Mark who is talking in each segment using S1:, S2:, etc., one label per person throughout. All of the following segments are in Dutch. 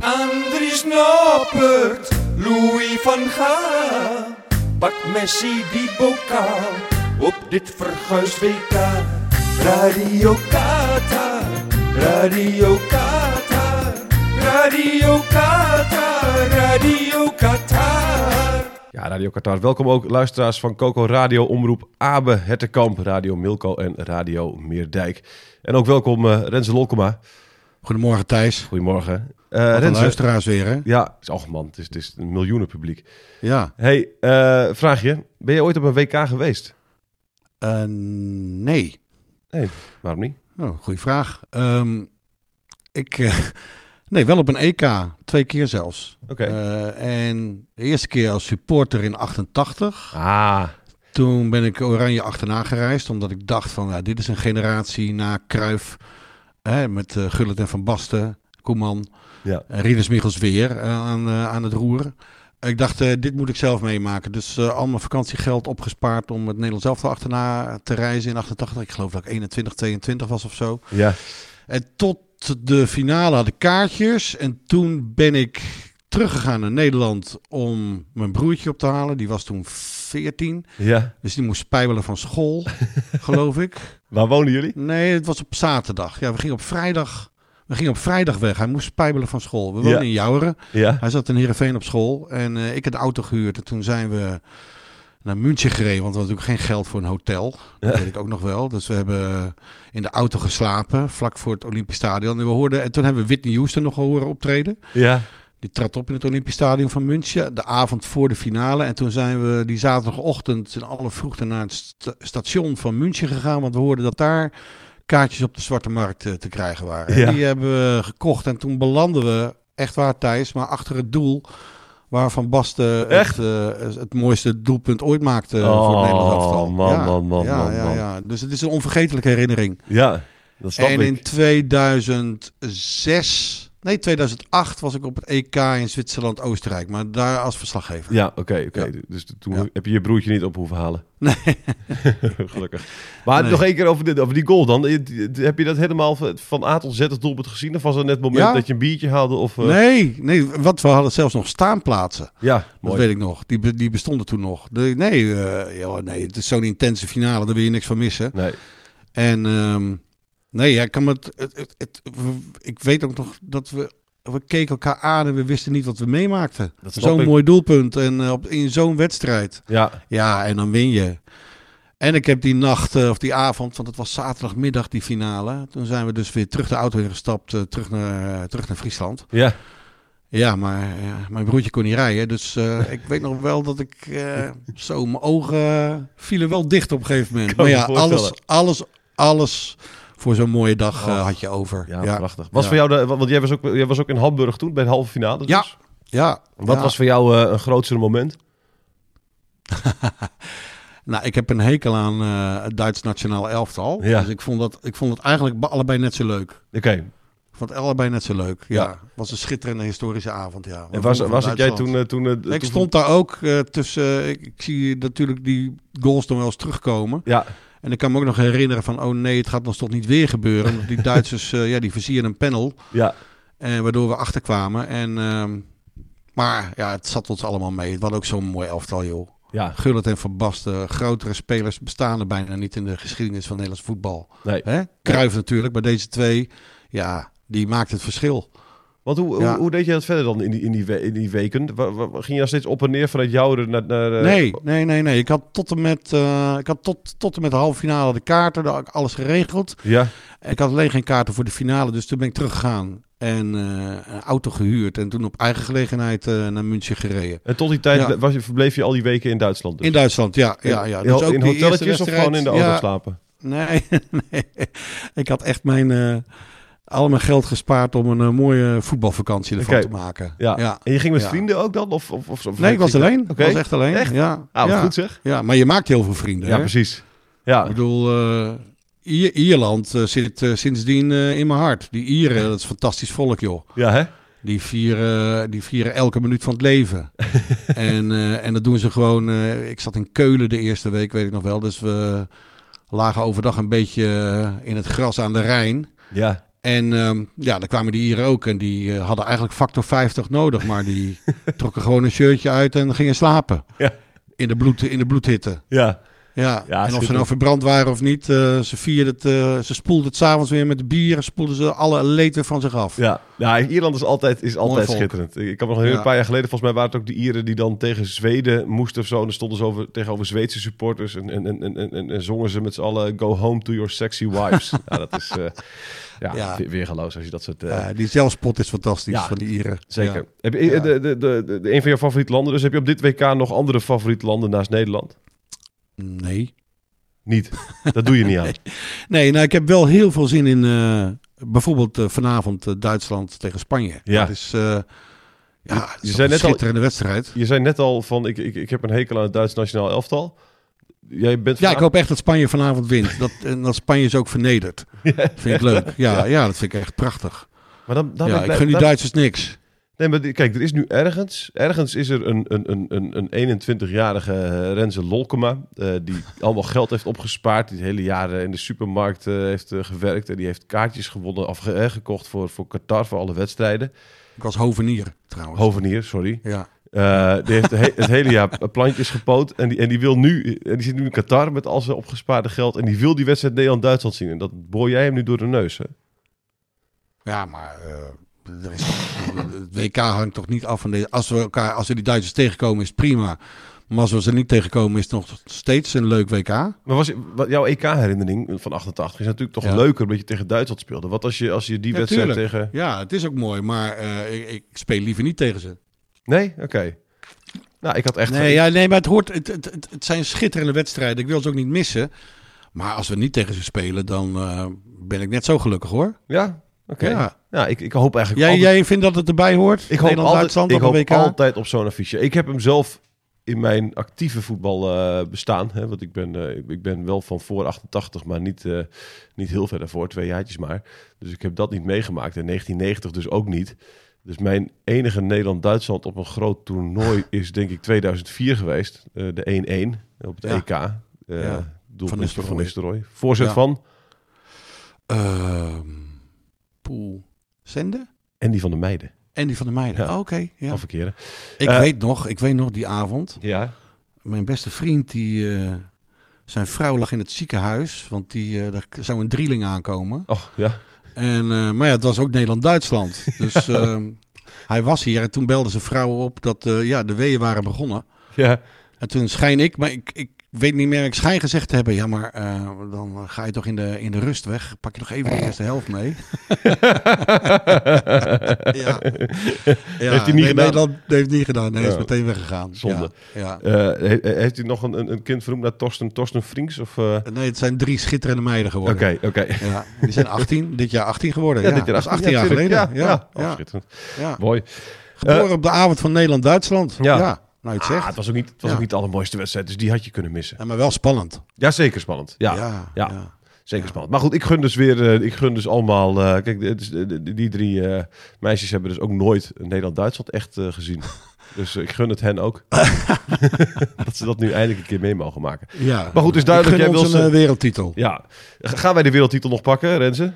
S1: Andries Noppert, Louis van Gaal. Pak Messi die bokaal op dit verguisd WK. Radio Qatar, Radio Qatar, Radio Qatar, Radio Qatar.
S2: Ja, Radio Qatar. Welkom ook luisteraars van Coco Radio, Omroep Abe, Hertekamp, Radio Milko en Radio Meerdijk. En ook welkom eh Renze Lolkema.
S3: Goedemorgen Thijs.
S2: Goedemorgen. Eh,
S3: Wat een
S2: Renze.
S3: luisteraars weer hè?
S2: Ja, is oh man, het is, het is een miljoenen publiek.
S3: Ja.
S2: hey, eh, vraag je, ben je ooit op een WK geweest?
S3: Eh, nee.
S2: Nee, waarom niet?
S3: Nou, goede vraag. Ehm, ik, eh, nee, wel op een EK. Twee keer zelfs.
S2: Oké.
S3: Eh, en de eerste keer als supporter in 88.
S2: ah,
S3: Toen ben ik Oranje achterna gereisd. Omdat ik dacht van, nou, dit is een generatie na Kruif. Hè, met eh, Gullit en Van Basten, Koeman.
S2: ja.
S3: Uh, Rinus Michels weer eh, aan, eh, aan het roer. Ik dacht, eh, dit moet ik zelf meemaken. Dus eh al mijn vakantiegeld opgespaard om het Nederlands zelf achterna te reizen in 88. Ik geloof dat ik 21, 22 was of zo.
S2: Ja,
S3: En tot de finale had ik kaartjes. En toen ben ik teruggegaan naar Nederland om mijn broertje op te halen. Die was toen 14.
S2: ja.
S3: Dus die moest spijbelen van school, geloof ik.
S2: Waar wonen jullie?
S3: Nee, het was op zaterdag. Ja, we gingen op vrijdag, we gingen op vrijdag weg. Hij moest spijbelen van school. We
S2: Ja.
S3: woonden in Jouweren.
S2: Ja.
S3: Hij zat in Heerenveen op school en eh, ik had de auto gehuurd. En toen zijn we naar München gereden, want we hadden natuurlijk geen geld voor een hotel. Dat weet ik ook nog wel. Dus we hebben in de auto geslapen, vlak voor het Olympisch Stadion. En, we hoorden, en toen hebben we Whitney Houston nog horen optreden.
S2: Ja.
S3: Die trad op in het Olympisch Stadion van München, de avond voor de finale. En toen zijn we die zaterdagochtend in alle vroegte naar het sta- station van München gegaan. Want we hoorden dat daar kaartjes op de zwarte markt eh, te krijgen waren.
S2: Ja.
S3: En die hebben we gekocht en toen belanden we, echt waar Thijs, maar achter het doel... Waar Van Basten
S2: Echt?
S3: het, eh, het mooiste doelpunt ooit maakte eh, voor
S2: Oh,
S3: het Nederlands elftal.
S2: man,
S3: ja,
S2: man, man,
S3: ja,
S2: man,
S3: ja,
S2: man.
S3: ja. Dus het is een onvergetelijke herinnering
S2: Ja, dat snap
S3: en
S2: ik.
S3: in 2006, nee 2008 was ik op het EK in Zwitserland-Oostenrijk, maar daar als verslaggever.
S2: Ja, oké, oké.
S3: Ja.
S2: Dus toen
S3: Ja.
S2: heb je je broertje niet op hoeven halen.
S3: Nee.
S2: Gelukkig. Maar
S3: Nee.
S2: nog één keer over, dit, over die goal dan. Je- je- Heb je dat helemaal van- van A tot Z het doelpunt gezien? Of was er net het moment
S3: Ja.
S2: dat je een biertje haalde? Of, eh,
S3: Nee, nee, want we hadden zelfs nog staanplaatsen.
S2: Ja,
S3: Dat
S2: mooi.
S3: weet ik nog. Die, be- die bestonden toen nog. De- nee, eh, joh, nee, het is zo'n intense finale, daar wil je niks van missen.
S2: Nee.
S3: En ehm, nee, ja, ik kan me het, het, het- het- we- ik weet ook nog dat we, we keken elkaar aan en we wisten niet wat we meemaakten.
S2: Dat snap
S3: Zo'n
S2: ik.
S3: mooi doelpunt en eh, op, in zo'n wedstrijd.
S2: Ja,
S3: Ja, en dan win je. En ik heb die nacht, eh, of die avond, want het was zaterdagmiddag die finale. Toen zijn we dus weer terug de auto ingestapt, eh, terug, naar, eh, terug naar Friesland.
S2: ja.
S3: Ja, maar eh, mijn broertje kon niet rijden. Dus eh, ik weet nog wel dat ik eh, zo, mijn ogen eh, vielen wel dicht op een gegeven moment.
S2: Kan
S3: Maar
S2: me
S3: ja, alles,
S2: voorstellen.
S3: alles, alles voor zo'n mooie dag eh,
S2: Oh.
S3: had je over.
S2: ja,
S3: ja.
S2: prachtig. Was
S3: Ja.
S2: voor jou, de, want jij was, ook, jij was ook in Hamburg toen, bij de halve finale. Dus.
S3: Ja. Ja.
S2: Wat
S3: Ja.
S2: was voor jou eh, een grootste moment?
S3: Nou, ik heb een hekel aan eh, het Duits nationaal elftal.
S2: Ja.
S3: Dus ik vond, dat, ik vond het eigenlijk allebei net zo leuk.
S2: Oké,
S3: Ik vond het allebei net zo leuk. Ja.
S2: Ja.
S3: was een schitterende historische avond. Ja.
S2: en was,
S3: Van
S2: was het jij toen...
S3: Duitsland.
S2: eh, toen eh,
S3: ik
S2: toen-
S3: stond daar ook eh, tussen. ik, ik zie natuurlijk die goals dan wel eens terugkomen.
S2: Ja,
S3: En ik kan me ook nog herinneren van: oh nee, het gaat ons toch niet weer gebeuren. Omdat die Duitsers, eh, ja, die versieren een panel.
S2: ja,
S3: En waardoor we achterkwamen. En, ehm, maar ja, het zat ons allemaal mee. Het was ook zo'n mooi elftal, joh.
S2: ja.
S3: Gullit en Van Basten, grotere spelers bestaan er bijna niet in de geschiedenis van Nederlands voetbal.
S2: Nee.
S3: Hè? Cruijff natuurlijk, maar deze twee, ja, die maakt het verschil.
S2: Want hoe, hoe,
S3: Ja.
S2: hoe deed je dat verder dan in die, in die, we- in die weken? Wa- wa- Ging je dan steeds op en neer vanuit jou naar... naar eh,
S3: Nee, nee, nee, nee. Ik had tot en met, eh, ik had tot, tot en met de halve finale de kaarten, daar had ik alles geregeld.
S2: Ja,
S3: Ik had alleen geen kaarten voor de finale, dus toen ben ik teruggegaan en eh, een auto gehuurd. En toen op eigen gelegenheid eh, naar München gereden.
S2: en tot die tijd
S3: Ja.
S2: ble- was je, verbleef je al die weken in Duitsland dus?
S3: In Duitsland, ja. ja, ja.
S2: In,
S3: Dus
S2: in
S3: ook die eerste
S2: hotelletjes of
S3: wedstrijd-
S2: gewoon in de auto
S3: ja,
S2: slapen?
S3: Nee, nee. Ik had echt mijn eh, al mijn geld gespaard om een eh, mooie voetbalvakantie ervan
S2: Oké.
S3: te maken.
S2: Ja. En je ging met
S3: Ja.
S2: vrienden ook dan? Of, of, of, of-
S3: Nee, ik was alleen.
S2: Oké.
S3: Ik was echt alleen.
S2: Echt?
S3: Ja.
S2: Ah, wat
S3: ja.
S2: goed zeg.
S3: ja, maar je maakt heel veel vrienden.
S2: Ja,
S3: hè?
S2: precies.
S3: Ik
S2: Ja,
S3: bedoel, eh, Ier- Ierland eh, zit eh, sindsdien eh, in mijn hart. Die Ieren, dat is een fantastisch volk, joh.
S2: ja hè?
S3: Die vieren, die vieren elke minuut van het leven. en, eh, en dat doen ze gewoon. eh, ik zat in Keulen de eerste week, weet ik nog wel. Dus we lagen overdag een beetje eh, in het gras aan de Rijn.
S2: Ja.
S3: En ehm, ja, daar kwamen die Ieren ook. En die eh, hadden eigenlijk factor 50 nodig. Maar die trokken gewoon een shirtje uit en gingen slapen.
S2: Ja.
S3: In, de bloed, in de bloedhitte.
S2: Ja.
S3: Ja. en of ze nou
S2: schitterend.
S3: verbrand waren of niet, eh, ze vierden het, eh, ze spoelden het s'avonds weer met de bier. Spoelden ze alle leten van zich af.
S2: Ja, ja Ierland is altijd, is altijd
S3: volk.
S2: schitterend. Ik ik kan me nog heel
S3: Ja.
S2: een paar jaar geleden, volgens mij waren het ook de Ieren die dan tegen Zweden moesten of zo. En dan stonden ze over, tegenover Zweedse supporters en, en, en, en, en, en zongen ze met z'n allen Go home to your sexy wives. ja, dat is eh, ja,
S3: Ja.
S2: we- weergeloos als je dat soort... eh,
S3: Ja, die zelfspot is fantastisch
S2: Ja,
S3: van die Ieren.
S2: Zeker.
S3: Ja.
S2: Heb je, eh,
S3: Ja.
S2: de, de, de, de- een van jouw favoriete landen, dus heb je op dit WK nog andere favoriete landen naast Nederland?
S3: Nee.
S2: Niet. Dat doe je niet aan.
S3: Nee, nou ik heb wel heel veel zin in eh, bijvoorbeeld eh, vanavond eh, Duitsland tegen Spanje.
S2: Ja.
S3: Dat is, eh, ja, dat is
S2: zei net
S3: toch
S2: al-
S3: een schitterende wedstrijd.
S2: Je zei net al van, ik, ik, ik heb een hekel aan het Duits nationaal elftal. Jij bent
S3: Ja, ik
S2: vandaag-
S3: hoop echt dat Spanje vanavond wint. Dat, en dat Spanje is ook vernederd. Vind ik leuk. Ja, ja. dat vind ik echt prachtig.
S2: Maar dan, dan
S3: Ja,
S2: ben
S3: ik
S2: blij-
S3: gun die
S2: dan-
S3: Duitsers niks.
S2: Nee, maar die- kijk, er is nu ergens... Ergens is er een, een, een, een, een 21-jarige eh, Renze Lolkema... eh, die allemaal geld heeft opgespaard. Die de hele jaren in de supermarkt eh, heeft eh, gewerkt. En die heeft kaartjes gewonnen of ge- eh, gekocht voor, voor Qatar, voor alle wedstrijden.
S3: Ik was hovenier trouwens.
S2: Hovenier, sorry.
S3: ja.
S2: Eh, die heeft de he- het hele jaar plantjes gepoot. En die, en die, wil nu, en die zit nu in Qatar met al zijn opgespaarde geld. En die wil die wedstrijd Nederland-Duitsland zien. En dat boor jij hem nu door de neus, hè?
S3: ja, maar eh, er is toch- het WK hangt toch niet af van deze... Als we, elkaar, als we die Duitsers tegenkomen is het prima. Maar als we ze niet tegenkomen is het nog steeds een leuk WK.
S2: Maar was, wat- jouw EK-herinnering van 88 is natuurlijk toch
S3: Ja.
S2: leuker omdat je tegen Duitsland speelde. Wat als je, als je die
S3: Ja,
S2: wedstrijd
S3: tuurlijk.
S2: tegen...
S3: Ja, het is ook mooi, maar eh, ik, ik speel liever niet tegen ze.
S2: Nee? Oké. Nou, ik had echt...
S3: Nee, ja, nee maar het, hoort, het, het, het- het zijn schitterende wedstrijden. Ik wil ze ook niet missen. Maar als we niet tegen ze spelen, dan eh, ben ik net zo gelukkig hoor.
S2: Ja? Oké. Ja.
S3: Ja.
S2: ik, ik hoop eigenlijk...
S3: Jij,
S2: altijd,
S3: jij vindt dat het erbij hoort?
S2: ik hoop, altijd,
S3: Duitsland
S2: ik
S3: op een
S2: hoop
S3: WK?
S2: altijd op zo'n affiche. Ik heb hem zelf in mijn actieve voetbal eh, bestaan. Hè, want ik ben, eh, ik- ik ben wel van voor 88, maar niet, eh, niet heel ver daarvoor. Twee jaartjes maar. Dus ik heb dat niet meegemaakt. En 1990 dus ook niet. Dus mijn enige Nederland-Duitsland op een groot toernooi is denk ik 2004 geweest. Eh, de 1-1 op het
S3: Ja.
S2: EK. Eh
S3: Ja.
S2: Doelpunt
S3: Van
S2: van Van
S3: Nistelrooy.
S2: Nistelrooy. Voorzet
S3: Ja.
S2: van
S3: Ehm, Poel. Zende?
S2: Andy van der Meijden.
S3: En die van de meiden.
S2: Ja.
S3: Oh, Oké, ja.
S2: Afverkeren.
S3: Ik
S2: Eh,
S3: weet nog, ik weet nog die avond.
S2: Ja.
S3: Mijn beste vriend, die, eh, zijn vrouw lag in het ziekenhuis. Want die, eh, daar zou een drieling aankomen.
S2: Oh, ja.
S3: En, eh, maar ja, het was ook Nederland-Duitsland. Dus ehm, hij was hier en toen belde zijn vrouw op dat eh, ja, de weeën waren begonnen.
S2: Ja.
S3: En toen schijn ik, maar ik, ik weet niet meer, ik schijn gezegd te hebben... ja, maar eh, dan ga je toch in de, in de rust weg. Pak je nog even de eerste helft mee. Ja. Ja,
S2: Heeft hij niet
S3: nee,
S2: gedaan?
S3: Nederland heeft niet gedaan. Nee, hij is
S2: Ja.
S3: meteen weggegaan.
S2: Zonde.
S3: Ja, ja.
S2: Eh, he- he- heeft u nog een, een, een kind vernoemd naar Torsten, Torsten Frings? Of, eh? Oké,
S3: Nee, het zijn drie schitterende meiden geworden.
S2: oké.
S3: Ja, die zijn 18, dit jaar 18 geworden. Ja,
S2: dit
S3: dat is 18 jaar
S2: tuurlijk.
S3: geleden. Ja,
S2: Ja, ja. Oh,
S3: ja.
S2: schitterend.
S3: ja.
S2: Mooi.
S3: Geboren op de avond van Nederland-Duitsland.
S2: Ja.
S3: Ja. nou je het
S2: Ah,
S3: zegt.
S2: het was ook niet, het was
S3: Ja.
S2: ook niet de allermooiste wedstrijd, dus die had je kunnen missen.
S3: Ja, maar wel spannend.
S2: Ja, zeker spannend. Ja,
S3: ja.
S2: ja.
S3: ja.
S2: zeker spannend. Maar goed, ik gun dus weer, eh, ik gun dus allemaal... eh, kijk, het is- eh, die, die drie eh, meisjes hebben dus ook nooit Nederland-Duitsland echt eh, gezien. Dus eh, ik gun het hen ook. dat ze dat nu eindelijk een keer mee mogen maken.
S3: Ja.
S2: Maar goed, het is duidelijk,
S3: Ik gun
S2: jij
S3: ons
S2: wil
S3: een
S2: ze-
S3: eh, wereldtitel.
S2: Ja. G- Gaan wij de wereldtitel nog pakken, Renze?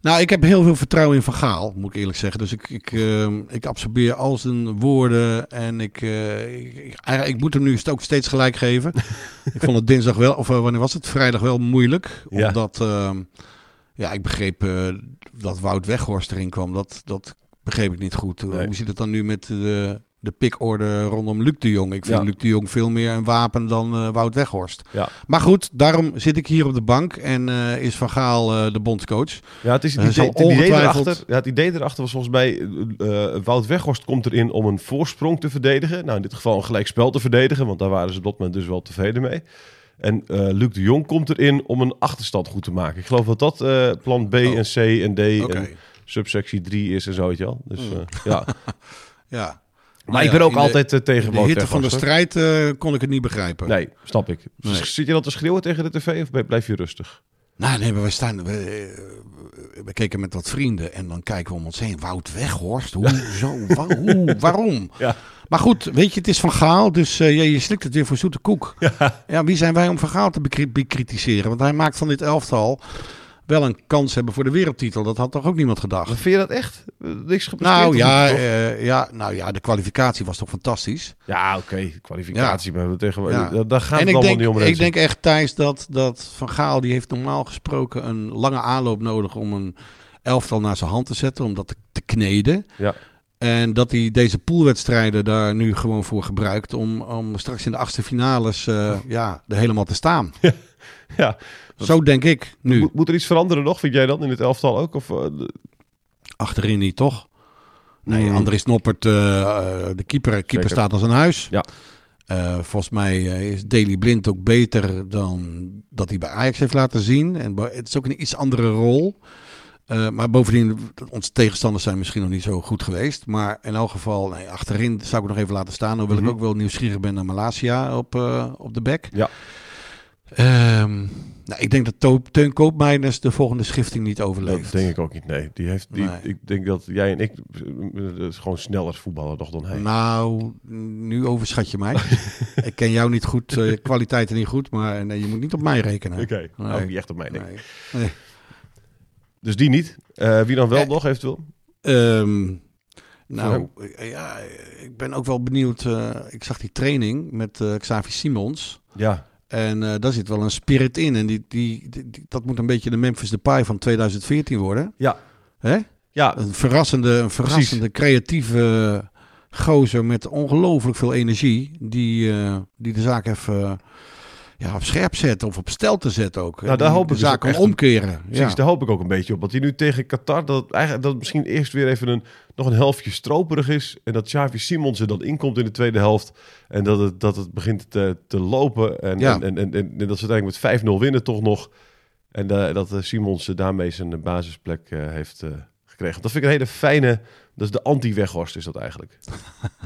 S3: Nou, ik heb heel veel vertrouwen in Van Gaal, moet ik eerlijk zeggen. Dus ik, ik, ehm, ik absorbeer al zijn woorden en ik, eh, ik, ik, eigenlijk- ik moet hem nu st- ook steeds gelijk geven. ik vond het dinsdag wel, of eh, wanneer was het? Vrijdag wel moeilijk.
S2: Ja.
S3: Omdat, ehm, ja, ik begreep eh, dat Wout Weghorst erin kwam. Dat, dat begreep ik niet goed.
S2: Nee.
S3: Hoe zit het dan nu met de, de pikorde rondom Luc de Jong? Ik vind
S2: Ja.
S3: Luc de Jong veel meer een wapen dan eh, Wout Weghorst.
S2: Ja.
S3: Maar goed, daarom zit ik hier op de bank en eh, is Van Gaal eh, de bondscoach.
S2: Ja, het is het
S3: Hij
S2: idee,
S3: zal
S2: het idee
S3: ongetwijfeld-
S2: erachter. Ja, het idee erachter was volgens mij eh, eh, Wout Weghorst komt erin om een voorsprong te verdedigen. Nou, in dit geval een gelijkspel te verdedigen, want daar waren ze op dat moment dus wel tevreden mee. En eh, Luc de Jong komt erin om een achterstand goed te maken. Ik geloof dat dat eh, plan B en C en D
S3: Oh. Oké,
S2: en subsectie 3 is en zo, weet je wel. Dus eh, ja. Maar,
S3: ja. Maar,
S2: ik
S3: ja,
S2: ben ook
S3: in de-
S2: altijd eh, tegen
S3: In de hitte van de
S2: motorweggas,
S3: strijd eh, kon ik het niet begrijpen.
S2: hoor. Nee, snap ik.
S3: Nee.
S2: Zit je dan te schreeuwen tegen de tv of ben- blijf je rustig?
S3: Nou, nee, maar wij staan. We, eh, we keken met wat vrienden en dan kijken we om ons heen. Wout Weghorst, hoezo? Wa- hoe, waarom?
S2: Ja.
S3: Maar goed, weet je, het is van Gaal, dus eh, ja, je slikt het weer voor zoete koek. Ja. wie zijn wij om van Gaal te bekri- bekritiseren? Want hij maakt van dit elftal wel een kans hebben voor de wereldtitel. Dat had toch ook niemand
S2: Maar
S3: gedacht?
S2: vind je dat echt? Eh, Niks gepresteerd?
S3: Nou
S2: of
S3: ja,
S2: niet, toch?
S3: eh, ja, nou ja, de kwalificatie was toch fantastisch.
S2: Ja, oké. Kwalificatie. Maar we tegen...
S3: Ja.
S2: da- Daar gaat
S3: en
S2: het
S3: ik
S2: allemaal
S3: denk,
S2: niet om.
S3: ik
S2: mensen.
S3: denk echt, Thijs, dat, dat Van Gaal die heeft normaal gesproken een lange aanloop nodig om een elftal naar zijn hand te zetten, om dat te, te kneden.
S2: Ja.
S3: En dat hij deze poolwedstrijden daar nu gewoon voor gebruikt om, om straks in de achtste finales eh, ja, er helemaal te staan.
S2: Ja.
S3: Zo denk ik nu.
S2: Moet, moet er iets veranderen nog, vind jij dan, in het elftal ook? Of, eh, de-
S3: Achterin niet, toch? Nee,
S2: Mm.
S3: Andries Noppert, eh, eh, de keeper,
S2: Zeker.
S3: keeper staat als een huis.
S2: Ja.
S3: Eh, volgens mij eh, is Daley Blind ook beter dan dat hij bij Ajax heeft laten zien. En bo- het is ook een iets andere rol. Eh, maar bovendien, onze tegenstanders zijn misschien nog niet zo goed geweest. Maar in elk geval, nee, achterin zou ik nog even laten staan. Hoewel
S2: Mhm.
S3: ik ook wel nieuwsgierig ben naar Malasia op, eh, op de bek.
S2: Ja.
S3: Ehm, nou, ik denk dat Toop- Teun Koopmeiners de volgende schifting niet overleeft.
S2: dat denk ik ook niet, nee. Die heeft, die,
S3: Nee.
S2: Ik denk dat jij en ik eh, eh, gewoon sneller voetballen nog dan hij.
S3: Nou, nu overschat je mij. ik ken jou niet goed, eh, je kwaliteiten niet goed, maar eh, nee, je moet niet op mij rekenen.
S2: Oké, nou,
S3: Nee.
S2: niet echt op mij. denk ik.
S3: Nee.
S2: Dus die niet. Eh, wie dan wel
S3: Eh.
S2: nog eventueel?
S3: Ehm, nou, ja, ik ben ook wel benieuwd. eh, ik zag die training met eh, Xavi Simons.
S2: Ja,
S3: En eh, daar zit wel een spirit in. En die, die, die- die- dat moet een beetje de Memphis Depay van 2014 worden.
S2: Ja.
S3: Hè?
S2: ja
S3: Een verrassende, een verrassende creatieve gozer met ongelooflijk veel energie. Die, eh, die de zaak even eh, ja, op scherp zet of op stel te zetten ook.
S2: Nou, daar
S3: Die
S2: hoop
S3: de
S2: ik dus
S3: zaak
S2: ook
S3: kan
S2: echt op.
S3: omkeren.
S2: precies.
S3: ja.
S2: Daar hoop ik ook een beetje op. Want die nu tegen Qatar, dat, het eigenlijk, dat het misschien eerst weer even een, nog een helftje stroperig is. En dat Xavi Simons er dan inkomt in de tweede helft. En dat het, dat het begint te, te lopen. En,
S3: Ja.
S2: en, en, en, en dat ze uiteindelijk met 5-0 winnen toch nog. En eh, dat eh, Simons eh, daarmee zijn basisplek eh, heeft eh, gekregen. Dat vind ik een hele fijne... Dat is de anti-Weghorst is dat eigenlijk.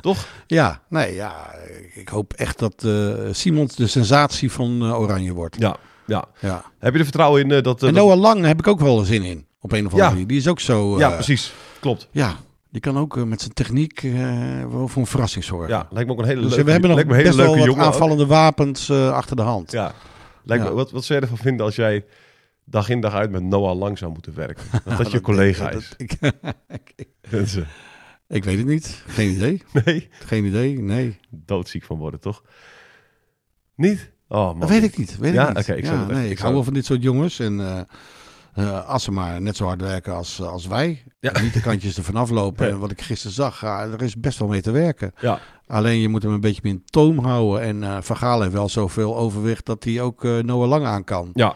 S2: toch?
S3: ja, nee, ja. Ik hoop echt dat eh Simons de sensatie van eh, Oranje wordt.
S2: Ja, ja.
S3: Ja.
S2: Heb je er vertrouwen in eh, dat... eh,
S3: En
S2: dat-
S3: Noah Lang heb ik ook wel zin in. Op een of andere
S2: Ja.
S3: manier. Die is ook zo. eh,
S2: Ja, precies. Klopt.
S3: Ja, die kan ook eh, met zijn techniek eh, wel voor een verrassing zorgen.
S2: Ja, lijkt me ook een hele
S3: Dus
S2: leuke,
S3: we hebben nog
S2: lijkt me een
S3: best
S2: hele
S3: wel
S2: leuke
S3: wat
S2: jongen. ook.
S3: aanvallende wapens eh, achter de hand.
S2: Ja. Lijkt me,
S3: Ja.
S2: wat, wat zou je ervan vinden als jij dag in dag uit met Noah Lang zou moeten werken? Dat dat je collega
S3: Dat-
S2: is.
S3: ik, ik-
S2: Mensen.
S3: ik weet het niet. Geen idee.
S2: Nee,
S3: Geen idee. Nee.
S2: doodziek van worden, toch? Niet? Oh man.
S3: Dat weet ik niet. Weet
S2: Ja,
S3: ik niet.
S2: oké, ik
S3: ja,
S2: zou het echt-
S3: nee,
S2: ik
S3: ik
S2: zou-
S3: hou wel van dit soort jongens. En eh, eh, als ze maar net zo hard werken als, eh, als wij.
S2: Ja.
S3: en Niet de kantjes ervan aflopen.
S2: Nee.
S3: En wat ik gisteren zag, ja, er is best wel mee te werken.
S2: Ja.
S3: Alleen je moet hem een beetje meer in toom houden. En eh Van Gaal heeft wel zoveel overwicht dat hij ook eh, Noah Lang aan kan.
S2: Ja.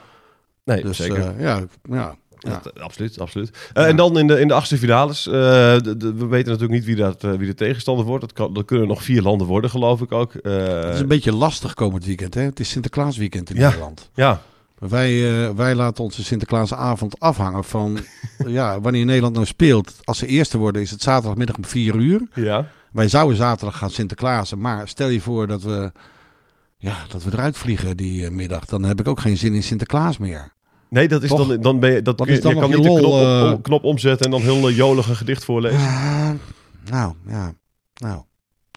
S2: Nee,
S3: Dus
S2: zeker.
S3: eh, ja, ja. ja.
S2: Dat- absoluut, absoluut. Eh, En dan in de, in de achtste finales. eh, de- de- we weten natuurlijk niet wie, dat, eh, wie de tegenstander wordt. Dat, kan, dat kunnen nog vier landen worden, geloof ik ook. Eh,
S3: Het is een beetje lastig komend weekend. Hè? Het is Sinterklaasweekend in
S2: Ja.
S3: Nederland.
S2: ja,
S3: Wij, eh, wij laten onze Sinterklaasavond afhangen van ja, wanneer Nederland nou speelt. Als ze eerste worden is het zaterdagmiddag om 4 uur.
S2: ja.
S3: Wij zouden zaterdag gaan Sinterklaasen. Maar stel je voor dat we, ja, dat we eruit vliegen die eh, middag. Dan heb ik ook geen zin in Sinterklaas meer.
S2: Nee, dat is
S3: Toch?
S2: dan, dan ben je, dat
S3: Wat
S2: kun je,
S3: is dan
S2: je
S3: nog
S2: kan
S3: je
S2: niet de
S3: lol,
S2: knop, om-
S3: eh?
S2: om- knop omzetten en dan heel eh, jolig een gedicht voorlezen.
S3: Ah, nou, ja. Nou.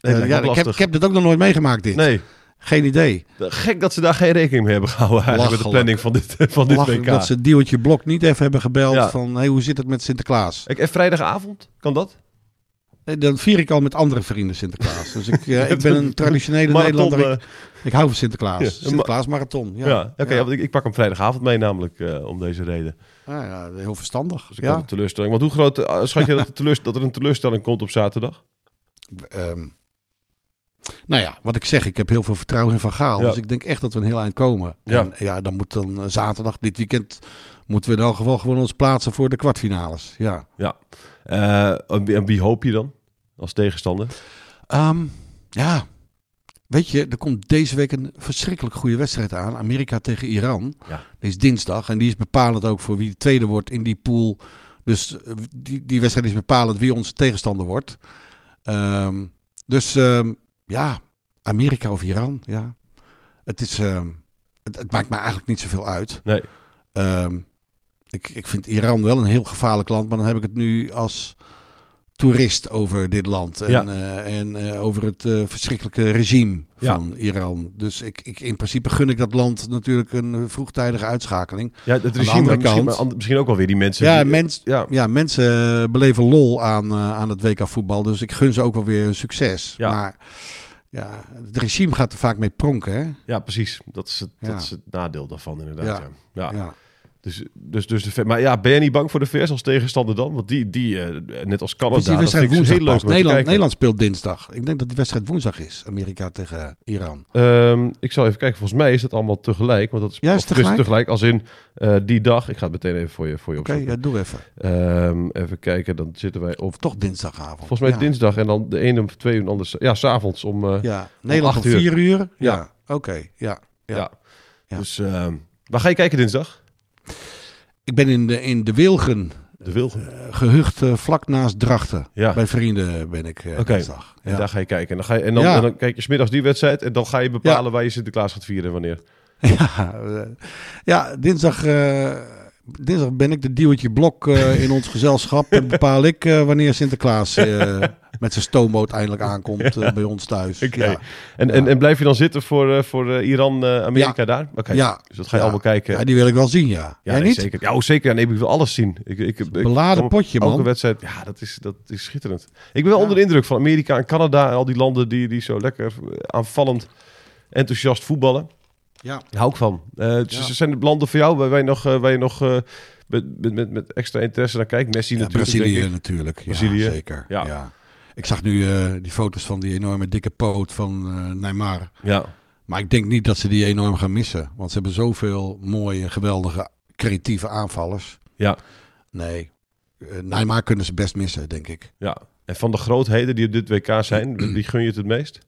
S2: Nee,
S3: Eh,
S2: lijkt me
S3: ja, ik, heb,
S2: lastig.
S3: ik heb dit ook nog nooit meegemaakt dit.
S2: Nee,
S3: Geen idee.
S2: gek dat ze daar geen rekening mee hebben gehouden eigenlijk met de planning
S3: Belachelijk.
S2: van dit, eh, van dit
S3: Belachelijk
S2: WK.
S3: dat ze Diewertje Blok niet even hebben gebeld
S2: Ja.
S3: van hey, hoe zit het met Sinterklaas?
S2: Ik, en vrijdagavond, kan dat?
S3: Nee, Dan vier ik al met andere vrienden Sinterklaas. Dus ik, eh, ik ben een traditionele
S2: Marathon,
S3: Nederlander. Ik,
S2: eh,
S3: ik hou van Sinterklaas.
S2: Ja, een ma-
S3: Sinterklaas marathon. Ja,
S2: ja, oké, want ik, ik pak hem vrijdagavond mee namelijk eh, om deze reden.
S3: Ah, ja, heel verstandig.
S2: Dus ik had
S3: ja.
S2: een teleurstelling. Want hoe groot eh, schat je dat, de teleurs- dat er een teleurstelling komt op zaterdag?
S3: Ehm, nou ja, wat ik zeg, ik heb heel veel vertrouwen in Van Gaal.
S2: Ja.
S3: Dus ik denk echt dat we een heel eind komen.
S2: Ja.
S3: En ja, dan moet dan eh, zaterdag, dit weekend, moeten we in elk geval gewoon ons plaatsen voor de kwartfinales. Ja.
S2: Eh, en, wie, en wie hoop je dan als tegenstander?
S3: Ehm, ja, Weet je, er komt deze week een verschrikkelijk goede wedstrijd aan. Amerika tegen Iran.
S2: Ja.
S3: Die is dinsdag. En die is bepalend ook voor wie de tweede wordt in die pool. Dus eh, die, die wedstrijd is bepalend wie onze tegenstander wordt. Ehm, dus ehm, ja, Amerika of Iran. Ja. Het, is, ehm, het, het maakt me eigenlijk niet zoveel uit.
S2: Nee.
S3: Ehm, ik, ik vind Iran wel een heel gevaarlijk land, maar dan heb ik het nu als toerist over dit land en,
S2: Ja.
S3: eh, en eh, over het eh, verschrikkelijke regime
S2: Ja.
S3: van Iran. Dus ik, ik, in principe gun ik dat land natuurlijk een eh, vroegtijdige uitschakeling.
S2: Ja, het regime,
S3: andere
S2: maar misschien,
S3: kant-
S2: maar an- misschien ook alweer die mensen.
S3: Ja,
S2: die-
S3: mens-
S2: ja,
S3: Ja, mensen eh, beleven lol aan, eh, aan het WK voetbal, dus ik gun ze ook wel weer een succes.
S2: Ja.
S3: Maar ja, het regime gaat er vaak mee pronken, hè?
S2: ja, precies. Dat is, het,
S3: Ja.
S2: dat is het nadeel daarvan, inderdaad. Ja.
S3: Ja.
S2: Ja.
S3: Ja.
S2: Dus, dus, dus de, Ver- maar ja, ben je niet bang voor de VS als tegenstander dan? Want die, die eh, net als Canada,
S3: Dus die
S2: dat
S3: wedstrijd
S2: vind ik heel leuk
S3: woensdag pas.
S2: om naar te
S3: Nederland,
S2: kijken.
S3: Nederland speelt dinsdag. Ik denk dat die wedstrijd woensdag is, Amerika tegen eh, Iran.
S2: Ehm, ik zal even kijken. Volgens mij is dat allemaal tegelijk. Want dat is,
S3: Ja, is
S2: of tussen
S3: tegelijk?
S2: tegelijk. Als in eh, die dag. Ik ga het meteen even voor je, voor je
S3: Oké,
S2: opzoeken.
S3: ja, doe even.
S2: Ehm, even kijken. Dan zitten wij op.
S3: Of toch dinsdagavond.
S2: Volgens mij
S3: ja.
S2: dinsdag en dan de ene om twee en de ander. s- Ja, s'avonds om. eh, ja.
S3: Ja, Nederland om
S2: acht uur.
S3: vier uur. Ja,
S2: Ja.
S3: oké. Ja. Ja.
S2: Dus ehm, waar ga je kijken dinsdag?
S3: Ik ben in de, in de Wilgen,
S2: De Wilgen.
S3: eh, gehucht eh, vlak naast Drachten.
S2: ja.
S3: Bij vrienden ben ik eh
S2: Oké.
S3: dinsdag.
S2: En
S3: Ja.
S2: daar ga je kijken. En dan, ga je, en dan,
S3: Ja.
S2: en dan kijk je smiddags die wedstrijd. En dan ga je bepalen waar je Sinterklaas gaat vieren en wanneer.
S3: Ja, eh, ja, dinsdag, eh, dinsdag ben ik de duwtje blok eh, in ons gezelschap. En bepaal ik eh, wanneer Sinterklaas eh, met zijn stoomboot eindelijk aankomt eh, bij ons thuis.
S2: Oké.
S3: Ja.
S2: En, en, en blijf je dan zitten voor, eh, voor eh, Iran, eh, Amerika daar? Oké.
S3: Ja.
S2: Dus dat ga je
S3: Ja.
S2: allemaal kijken.
S3: Ja, die wil ik wel zien, ja.
S2: Ja,
S3: Jij
S2: nee,
S3: niet?
S2: zeker. Ja, oh, zeker. Ja, nee, ik wil alles zien. Ik, ik, ik,
S3: Beladen
S2: ik-
S3: potje, man.
S2: Elke wedstrijd. Ja, dat is, dat is schitterend. Ik ben wel
S3: Ja.
S2: onder de indruk van Amerika en Canada en al die landen die, die zo lekker eh, aanvallend enthousiast voetballen.
S3: Ja.
S2: Daar hou ik van. Eh, dus
S3: Ja.
S2: ze Zijn het landen voor jou waar wij nog, eh, waar je nog eh, met, met, met, met extra interesse naar kijkt? Messi
S3: Ja,
S2: natuurlijk.
S3: Brazilië
S2: denk ik.
S3: natuurlijk. Ja,
S2: Brazilië.
S3: zeker.
S2: Ja.
S3: Ja. Ik zag nu eh, die foto's van die enorme dikke poot van eh, Neymar.
S2: Ja.
S3: Maar ik denk niet dat ze die enorm gaan missen. Want ze hebben zoveel mooie, geweldige, creatieve aanvallers.
S2: Ja.
S3: Nee.
S2: nou,
S3: Eh, Neymar kunnen ze best missen, denk ik.
S2: ja. En van de grootheden die op dit WK zijn, wie gun je het het meest?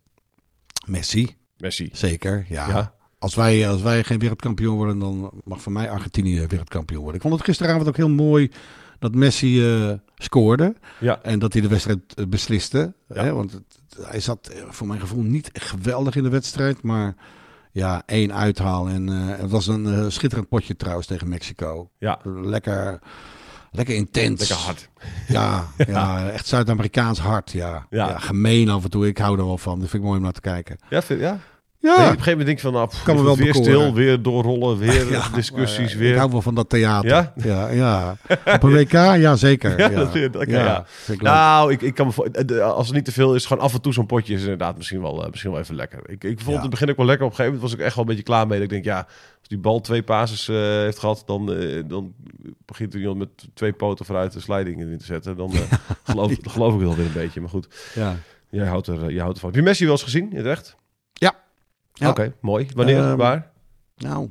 S3: Messi,
S2: Messi.
S3: zeker. Ja.
S2: Ja.
S3: Als, wij, eh, als wij geen wereldkampioen worden, dan mag van mij Argentinië wereldkampioen worden. Ik vond het gisteravond ook heel mooi dat Messi eh, scoorde.
S2: Ja.
S3: En dat hij de wedstrijd eh, besliste.
S2: Ja.
S3: Hè? Want het- hij zat eh, voor mijn gevoel niet echt geweldig in de wedstrijd. Maar ja, één uithaal. En eh, het was een eh, schitterend potje trouwens tegen Mexico.
S2: Ja.
S3: Lekker, lekker intens.
S2: Lekker hard.
S3: Ja, ja. echt Zuid-Amerikaans hard. Ja.
S2: Ja.
S3: Ja. gemeen af en toe. Ik hou er wel van. Dat vind ik mooi om naar te kijken.
S2: Ja, vind, ja.
S3: Ja,
S2: Nee, op een gegeven moment denk je van, nou, pff,
S3: Kan me
S2: weer
S3: wel bekoren.
S2: stil, weer doorrollen, weer
S3: Ja,
S2: discussies,
S3: maar, eh, Ik
S2: weer...
S3: hou wel van dat theater.
S2: Ja?
S3: Ja, ja. Op een WK, ja zeker.
S2: Ja,
S3: Ja,
S2: dat vind- oké, ja.
S3: vind ik leuk.
S2: Nou, ik, ik kan me voor- eh, de- als het niet te veel is, gewoon af en toe zo'n potje is inderdaad misschien wel, eh, misschien wel even lekker. Ik, ik vond
S3: Ja.
S2: het begin ook wel lekker. Op een gegeven moment was ik echt wel een beetje klaar mee. Dat Ik denk, ja, als die bal twee pases eh, heeft gehad, dan, eh, dan begint er iemand met twee poten vooruit de sliding in te zetten. Dan eh, geloof, geloof ik het alweer een beetje. Maar goed,
S3: ja.
S2: jij houdt er, eh, jij houdt ervan. Heb je Messi wel eens gezien in het echt?
S3: Ja. Ja.
S2: Oké, mooi. Wanneer,
S3: Ehm,
S2: waar?
S3: Nou,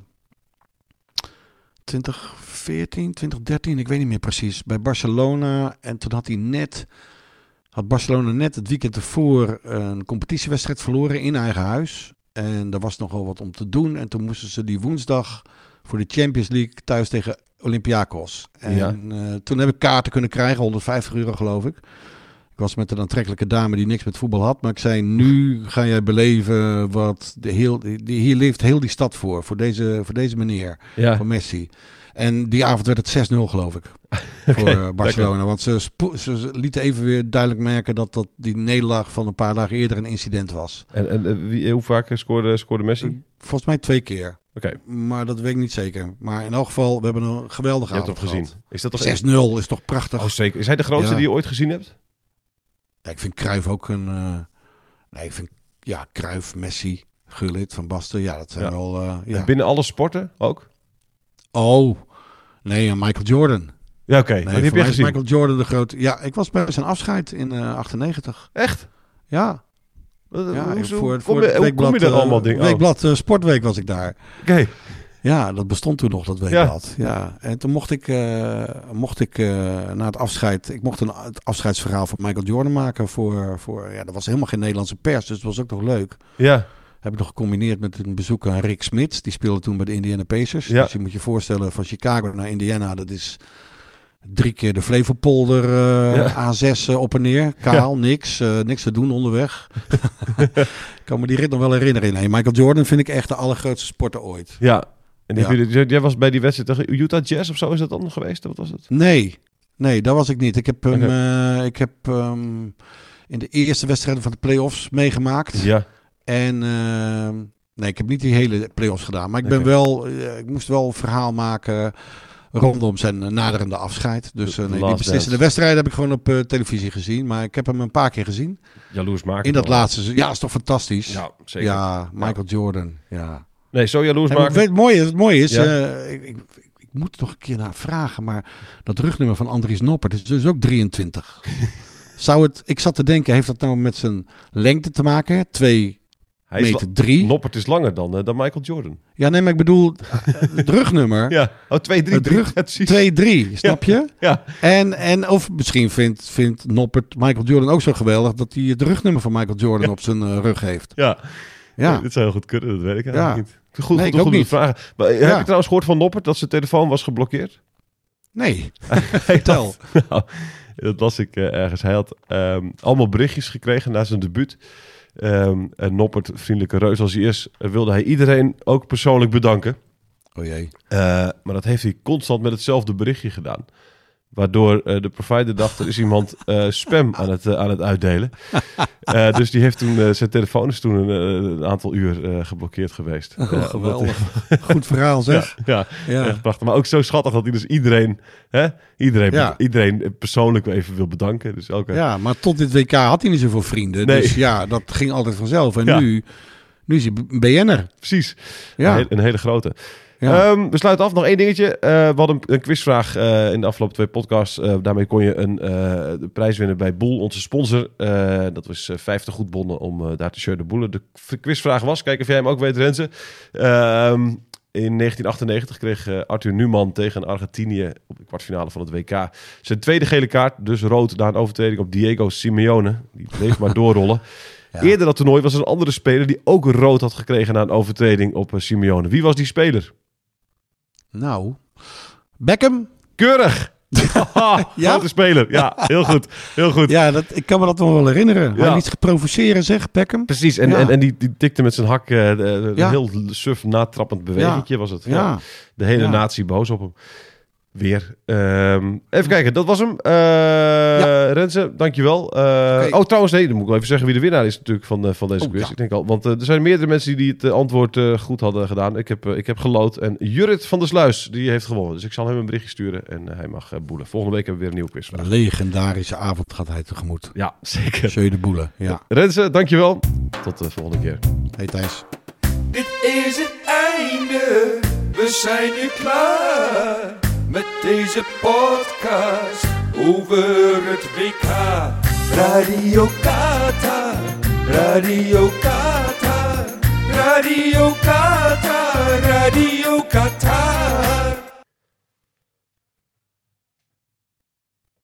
S3: 2014, 2013, ik weet niet meer precies. Bij Barcelona. En toen had hij net. Had Barcelona net het weekend ervoor een competitiewedstrijd verloren in eigen huis. En er was nogal wat om te doen. En toen moesten ze die woensdag voor de Champions League thuis tegen Olympiakos. En
S2: Ja.
S3: eh, toen heb ik kaarten kunnen krijgen, 150 euro geloof ik. Ik was met een aantrekkelijke dame die niks met voetbal had. Maar ik zei, nu ga jij beleven wat... De heel, die, die- hier leeft heel die stad voor. Voor deze, voor deze meneer,
S2: Ja.
S3: voor Messi. En die avond werd het 6-0 geloof ik. voor eh, Barcelona. Want ze, spo- ze ze lieten even weer duidelijk merken dat, dat die nederlaag van een paar dagen eerder een incident was.
S2: En, en eh, wie, hoe vaak scoorde, scoorde Messi? Oké,
S3: Volgens mij twee keer.
S2: Hm. je
S3: Maar dat weet ik niet zeker. Maar in elk geval, we hebben een geweldige
S2: hebt hem
S3: avond
S2: gezien. Is dat toch echt?
S3: gehad. 6-0 is toch prachtig.
S2: Nou, Oh, zeker. Is hij de grootste
S3: Ja.
S2: die je ooit gezien hebt?
S3: Ja, ik vind Cruijff ook een... eh, nee, ik vind... Ja, Cruijff, Messi, Gullit, Van Basten. Ja, dat zijn
S2: Ja.
S3: wel... eh, ja.
S2: En Binnen alle sporten ook?
S3: Oh, nee, en Michael Jordan.
S2: Ja, oké.
S3: Nee,
S2: Maar die
S3: voor
S2: heb je
S3: mij is
S2: gezien.
S3: Michael Jordan de grote... Ja, ik was bij zijn afscheid in eh 98.
S2: Echt?
S3: Ja,
S2: Wat-
S3: ja
S2: hoe,
S3: ik-
S2: hoe-
S3: voor,
S2: kom
S3: voor
S2: je-
S3: het
S2: hoe
S3: weekblad,
S2: kom je daar
S3: eh,
S2: allemaal dingen? Oh,
S3: Weekblad eh, Sportweek was ik daar.
S2: oké.
S3: Ja, dat bestond toen nog, dat weekblad. Ja. En toen mocht ik, eh, mocht ik eh, na het afscheid... Ik mocht een, het afscheidsverhaal van Michael Jordan maken voor... voor ja, er was helemaal geen Nederlandse pers, dus dat was ook nog leuk.
S2: Ja.
S3: Hebben we nog gecombineerd met een bezoek aan Rick Smits. Die speelde toen bij de Indiana Pacers.
S2: Ja.
S3: Dus je moet je voorstellen, van Chicago naar Indiana, dat is drie keer de Flevopolder eh,
S2: Ja.
S3: A6 eh, op en neer. Kaal, niks. eh, niks te doen onderweg. ik kan me die rit nog wel herinneren. Nee, Michael Jordan vind ik echt de allergrootste sporter ooit.
S2: Ja. En ik
S3: Ja.
S2: weet het, jij was bij die wedstrijd tegen Utah Jazz of zo, is dat dan nog geweest? Wat was het?
S3: Nee, nee, dat was ik niet. Ik heb hem
S2: Oké.
S3: eh, ik heb, ehm, in de eerste wedstrijden van de play-offs meegemaakt.
S2: Ja,
S3: En ehm, nee, ik heb niet die hele play-offs gedaan. Maar ik, ben
S2: Oké.
S3: wel, eh, ik moest wel een verhaal maken rondom zijn eh, naderende afscheid. Dus
S2: The-
S3: eh,
S2: the
S3: nee, die
S2: last
S3: beslissende
S2: dance.
S3: wedstrijden heb ik gewoon op eh, televisie gezien. Maar ik heb hem een paar keer gezien.
S2: jaloers maken.
S3: In dat laatste. se- Ja, is toch fantastisch?
S2: Ja, zeker.
S3: Ja, Michael Jordan. Ja.
S2: Nee, zo jaloers
S3: En wat,
S2: maken.
S3: weet, het mooie, het mooie is,
S2: Ja.
S3: eh, ik, ik, ik moet er toch een keer naar vragen, maar dat rugnummer van Andries Noppert is dus ook 23. Zou het, ik zat te denken, heeft dat nou met zijn lengte te maken? 2
S2: Hij is
S3: meter 3?
S2: Noppert is langer dan, eh, dan Michael Jordan.
S3: Ja, nee, maar ik bedoel het rugnummer.
S2: Ja. Oh, 2, 3,
S3: Het
S2: 3.
S3: rug- 2-3, snap je?
S2: Ja.
S3: En, en of misschien vindt, vindt Noppert Michael Jordan ook zo geweldig dat hij het rugnummer van Michael Jordan op zijn eh, rug heeft.
S2: Ja.
S3: Ja.
S2: Dit zou heel goed kunnen, dat weet ik eigenlijk
S3: Ja.
S2: niet. Goed, goed,
S3: Nee, ik
S2: goed
S3: ook
S2: om te
S3: niet.
S2: vragen. Maar, eh,
S3: Ja.
S2: Heb je trouwens gehoord van Noppert dat zijn telefoon was geblokkeerd?
S3: Nee,
S2: Hij had-
S3: vertel.
S2: Nou, dat las ik eh, ergens. Hij had ehm, allemaal berichtjes gekregen na zijn debuut. Ehm, en Noppert, vriendelijke reus als hij is, eh, wilde hij iedereen ook persoonlijk bedanken.
S3: Oh jee.
S2: Eh, maar dat heeft hij constant met hetzelfde berichtje gedaan. Waardoor eh, de provider dacht, er is iemand eh, spam aan het, eh, aan het uitdelen. Eh, dus die heeft toen, eh, zijn telefoon is toen een, eh, een aantal uur eh, geblokkeerd geweest. Eh, omdat-
S3: Oh, geweldig. Goed verhaal zeg.
S2: Ja,
S3: Ja.
S2: echt prachtig. Maar ook zo schattig dat hij dus iedereen, hè, iedereen,
S3: Ja.
S2: iedereen persoonlijk even wil bedanken. Dus elke,
S3: Ja, maar tot dit WK had hij niet zoveel vrienden.
S2: Nee.
S3: Dus ja, dat ging altijd vanzelf. En
S2: Ja.
S3: nu, nu is hij b- een BN'er.
S2: Precies. Een,
S3: Ja.
S2: hele, een hele grote.
S3: ja.
S2: Ehm, we sluiten af. Nog één dingetje. Eh, we hadden een, een quizvraag eh, in de afgelopen twee podcasts. Eh, daarmee kon je een eh, de prijs winnen bij Boel, onze sponsor. Eh, dat was eh, 50 goedbonnen om eh, daar te shirt de boelen. De k- quizvraag was, kijk of jij hem ook weet, Renze. Ehm, in 1998 kreeg eh, Arthur Numan tegen Argentinië op de kwartfinale van het WK zijn tweede gele kaart, dus rood na een overtreding op Diego Simeone. Die bleef maar doorrollen.
S3: Ja.
S2: Eerder dat toernooi was er een andere speler die ook rood had gekregen na een overtreding op eh, Simeone. Wie was die speler?
S3: Nou, Beckham.
S2: Keurig. ja? Grote speler. Ja, heel goed. Heel goed.
S3: Ja, dat, ik kan me dat nog wel herinneren.
S2: Ja.
S3: Hij liet zich provoceren zeg, Beckham.
S2: Precies. En,
S3: Ja.
S2: en, en die, die tikte met zijn hak eh, de- de-
S3: Ja.
S2: een heel suf natrappend bewegingje was het.
S3: Ja. ja.
S2: De hele
S3: Ja.
S2: natie boos op hem. Weer. Ehm, even kijken, dat was hem. Eh Renze, dankjewel. Eh,
S3: Oké.
S2: Oh, trouwens, nee, dan moet ik wel even zeggen wie de winnaar is natuurlijk van, eh, van deze
S3: Oh,
S2: quiz.
S3: ja.
S2: Ik denk al, want eh, er zijn meerdere mensen die het eh, antwoord eh, goed hadden gedaan. Ik heb, eh, ik heb gelood. En Jurrit van der Sluis, die heeft gewonnen. Dus ik zal hem een berichtje sturen en eh, hij mag eh, boelen. Volgende week hebben we weer een nieuwe quizvraag.
S3: Een legendarische avond gaat hij tegemoet.
S2: Ja, zeker.
S3: Zeu de boelen. Ja.
S2: Renze, dankjewel. Tot de volgende keer.
S3: Hey Thijs.
S1: Dit is het einde, we zijn nu klaar met deze podcast over het WK. Radio Qatar, Radio Qatar, Radio Qatar, Radio Qatar.